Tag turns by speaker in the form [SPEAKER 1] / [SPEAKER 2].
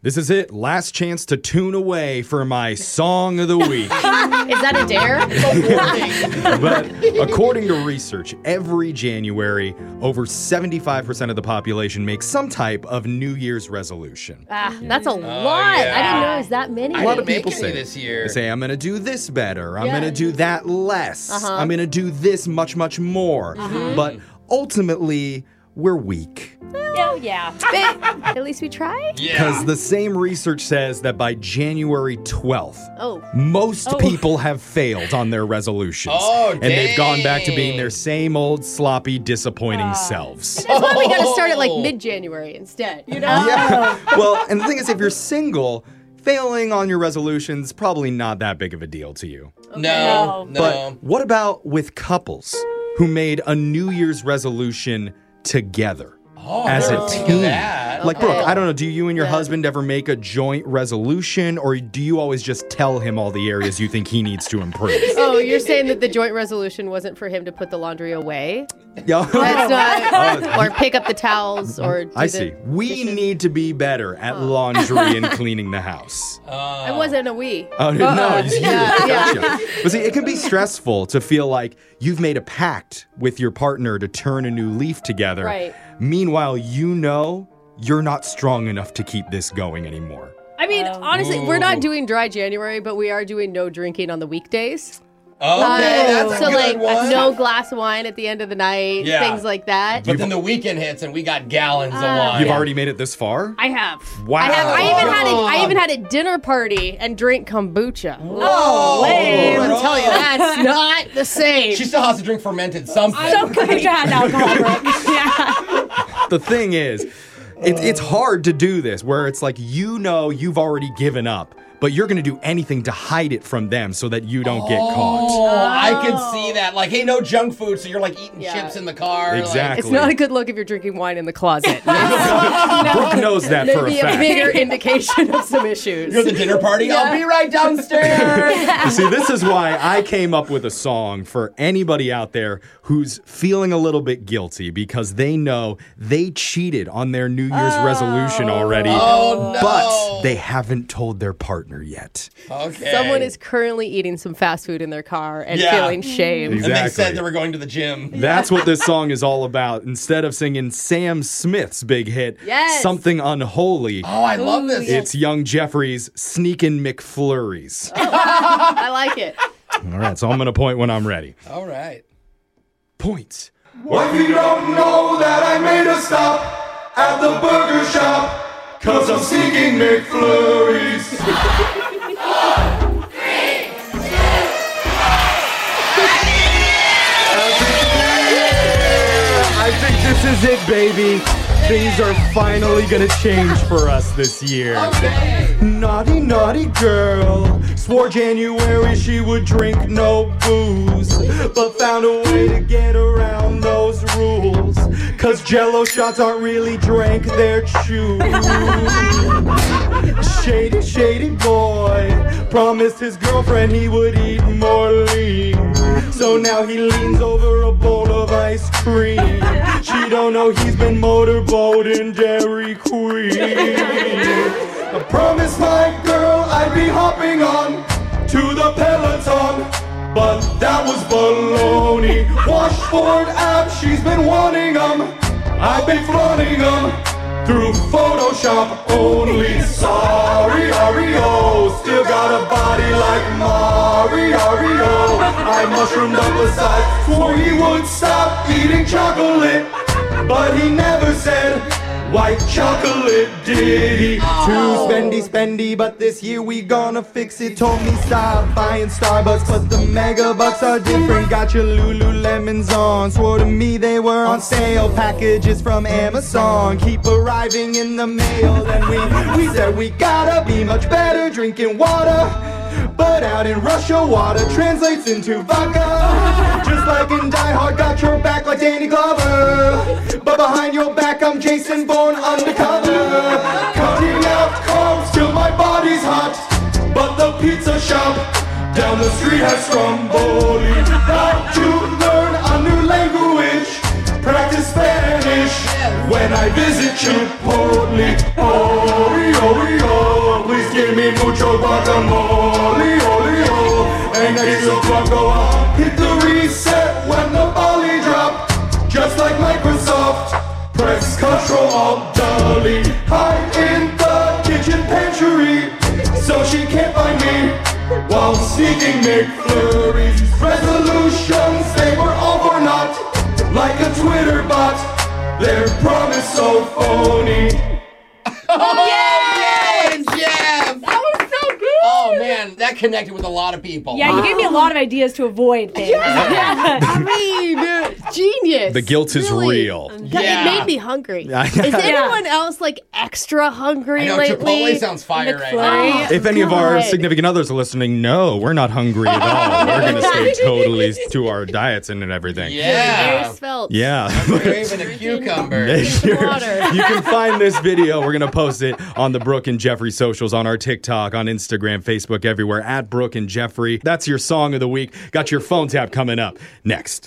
[SPEAKER 1] This is it. Last chance to tune away for my song of the week.
[SPEAKER 2] Is that a dare?
[SPEAKER 1] but according to research, every January, over 75% of the population makes some type of New Year's resolution.
[SPEAKER 2] ah, that's a lot.
[SPEAKER 1] yeah.
[SPEAKER 2] I didn't know it was that many.
[SPEAKER 1] A lot of people say
[SPEAKER 3] this year.
[SPEAKER 1] They say I'm going to do this better. I'm
[SPEAKER 2] Yeah.
[SPEAKER 1] going to do that less.
[SPEAKER 2] Uh-huh.
[SPEAKER 1] I'm going to do this much much more.
[SPEAKER 2] Mhm.
[SPEAKER 1] But ultimately, we're weak
[SPEAKER 2] Oh yeah. But at least we tried.
[SPEAKER 1] because the same research says that by January 12th,
[SPEAKER 2] Oh.
[SPEAKER 1] most
[SPEAKER 2] Oh.
[SPEAKER 1] people have failed on their resolutions
[SPEAKER 2] Oh,
[SPEAKER 1] and they've gone back to being their same old sloppy disappointing selves.
[SPEAKER 2] That's why we got to start at like mid-January instead. You know.
[SPEAKER 1] Oh. Yeah. well, and the thing is, if you're single, failing on your resolutions probably not that big of a deal to you.
[SPEAKER 3] No, no.
[SPEAKER 1] But what about with couples who made a New Year's resolution together?
[SPEAKER 3] Oh,
[SPEAKER 1] as a
[SPEAKER 3] I never think of
[SPEAKER 1] team.
[SPEAKER 3] that.
[SPEAKER 1] Like,
[SPEAKER 3] Okay.
[SPEAKER 1] Brooke, I don't know, do you and your
[SPEAKER 3] Yeah.
[SPEAKER 1] husband ever make a joint resolution or do you always just tell him all the areas you think he needs to improve?
[SPEAKER 2] Oh, you're saying that the joint resolution wasn't for him to put the laundry away?
[SPEAKER 1] Yeah.
[SPEAKER 2] That's not,
[SPEAKER 1] Oh,
[SPEAKER 2] or pick up the towels, or do
[SPEAKER 1] I
[SPEAKER 2] the-
[SPEAKER 1] see. We need to be better at
[SPEAKER 2] Oh.
[SPEAKER 1] laundry and cleaning the house.
[SPEAKER 2] I wasn't a we.
[SPEAKER 1] Oh no, no, it's you.
[SPEAKER 2] Oh. Yeah, yeah.
[SPEAKER 1] Gotcha. But see, it can be stressful to feel like you've made a pact with your partner to turn a new leaf together.
[SPEAKER 4] Right.
[SPEAKER 1] Meanwhile, you know you're not strong enough to keep this going anymore.
[SPEAKER 2] I mean,
[SPEAKER 1] Oh.
[SPEAKER 2] honestly, we're
[SPEAKER 1] Ooh.
[SPEAKER 2] not doing dry January, but we are doing no drinking on the weekdays.
[SPEAKER 3] Okay, that's a
[SPEAKER 2] so
[SPEAKER 3] good
[SPEAKER 2] like uh,
[SPEAKER 3] one.
[SPEAKER 2] no glass of wine at the end of the night,
[SPEAKER 3] Yeah.
[SPEAKER 2] things like that.
[SPEAKER 3] But then the weekend hits and we got gallons of
[SPEAKER 2] Uh,
[SPEAKER 3] wine.
[SPEAKER 1] You've already made it this far?
[SPEAKER 2] I have.
[SPEAKER 1] Wow.
[SPEAKER 2] I have. I even had. A, I
[SPEAKER 3] Wow.
[SPEAKER 2] even had a dinner party and drank kombucha.
[SPEAKER 3] Whoa.
[SPEAKER 2] Oh, lame! I'm
[SPEAKER 3] Whoa.
[SPEAKER 2] telling you, that's not the same.
[SPEAKER 3] Oh, She still has to drink fermented something.
[SPEAKER 2] Some kind of alcohol,
[SPEAKER 1] the thing is, it, it's hard to do this where it's like you know you've already given up, but you're going to do anything to hide it from them so that you don't get caught.
[SPEAKER 3] Oh, I could see that. Like, hey, no junk food, so you're like eating chips in the car. like-
[SPEAKER 1] Exactly.
[SPEAKER 2] It's not a good look if you're drinking wine in the closet.
[SPEAKER 1] Brooke knows that for a
[SPEAKER 2] Maybe
[SPEAKER 1] fact.
[SPEAKER 2] bigger indication of some issues.
[SPEAKER 3] You're at the dinner party? I'll be right downstairs.
[SPEAKER 1] You see, this is why I came up with a song for anybody out there who's feeling a little bit guilty because they know they cheated on their New Year's resolution already,
[SPEAKER 3] Oh, no.
[SPEAKER 1] but they haven't told their partner yet.
[SPEAKER 3] okay.
[SPEAKER 2] Someone is currently eating some fast food in their car and
[SPEAKER 3] Yeah.
[SPEAKER 2] feeling shame.
[SPEAKER 3] And they
[SPEAKER 1] Exactly.
[SPEAKER 3] said they were going to the gym.
[SPEAKER 1] That's what this song is all about. Instead of singing Sam Smith's big hit,
[SPEAKER 3] Yes.
[SPEAKER 1] Something Unholy.
[SPEAKER 3] Oh, I love Ooh, this. yes.
[SPEAKER 1] It's Young Jeffrey's Sneakin' McFlurries.
[SPEAKER 3] Oh.
[SPEAKER 2] I like it.
[SPEAKER 1] All right, so I'm going to point when I'm ready.
[SPEAKER 3] All right.
[SPEAKER 1] Points.
[SPEAKER 5] What if you don't know that I made a stop at the burger shop? Cause I'm seeking McFlurries.
[SPEAKER 1] I think this is it, baby. Things are finally gonna change for us this year. Naughty, naughty girl. Swore January she would drink no booze, but found a way to get around those rules. Cause jello shots aren't really drank, they're chewed. Shady, shady boy. Promised his girlfriend he would eat more lean. So now he leans over a bowl of ice cream. She don't know he's been motorboating Dairy Queen.
[SPEAKER 5] I promised my girl I'd be hopping on to the Peloton, but that was baloney. Washboard app, she's been wanting 'em. I've been flaunting 'em through Photoshop only. Sorry, Ario, still got a body like Mario. I mushroomed up aside, swore he would stop eating chocolate, but he never said. White chocolate ditty. Too spendy, spendy, but this year we gonna fix it. Told me stop buying Starbucks, but the mega bucks are different. Got your Lululemons on. Swore to me they were on sale. Packages from Amazon keep arriving in the mail. And we, we said we gotta be much better drinking water. But out in Russia, water translates into vodka. Just like in Die Hard, got your back like Danny Glover. But behind your back, I'm Jason Bourne undercover. Cutting out carbs till my body's hot. But the pizza shop down the street has stromboli. Got to learn a new language. Practice Spanish when I visit Chipotle. Oreo, Oreo.
[SPEAKER 1] give me mucho guacamole, ole, ole. And eso cuando I hit the reset when the volley drop. Just like Microsoft, press Control Alt Dolly. Hide in the kitchen pantry, so she can't find me. While sneaking McFlurries, resolutions they were all for naught. Like a Twitter bot, their promise so phony.
[SPEAKER 3] Yes! Oh, Jeff!
[SPEAKER 4] That was so good.
[SPEAKER 3] Oh man, that connected with a lot of people.
[SPEAKER 4] Yeah, you gave me a lot of ideas to avoid things.
[SPEAKER 2] I mean, genius.
[SPEAKER 6] The guilt is
[SPEAKER 2] Really.
[SPEAKER 6] real.
[SPEAKER 2] That-
[SPEAKER 3] Yeah.
[SPEAKER 2] It made me hungry. Is anyone else like extra hungry
[SPEAKER 3] I know,
[SPEAKER 2] lately?
[SPEAKER 3] Chipotle sounds fire right
[SPEAKER 2] McFlurry?
[SPEAKER 4] now.
[SPEAKER 6] If any of our
[SPEAKER 2] God.
[SPEAKER 6] significant others are listening, no, we're not hungry at all. We're going to stay totally to our diets and everything.
[SPEAKER 3] Yeah.
[SPEAKER 2] Very svelte.
[SPEAKER 6] Yeah.
[SPEAKER 3] Waving a cucumber.
[SPEAKER 6] Make sure
[SPEAKER 2] water.
[SPEAKER 6] you can find this video. We're going to post it on the Brooke and Jeffrey socials, on our TikTok, on Instagram, Facebook, everywhere, at Brooke and Jeffrey. That's your song of the week. Got your phone tap coming up next.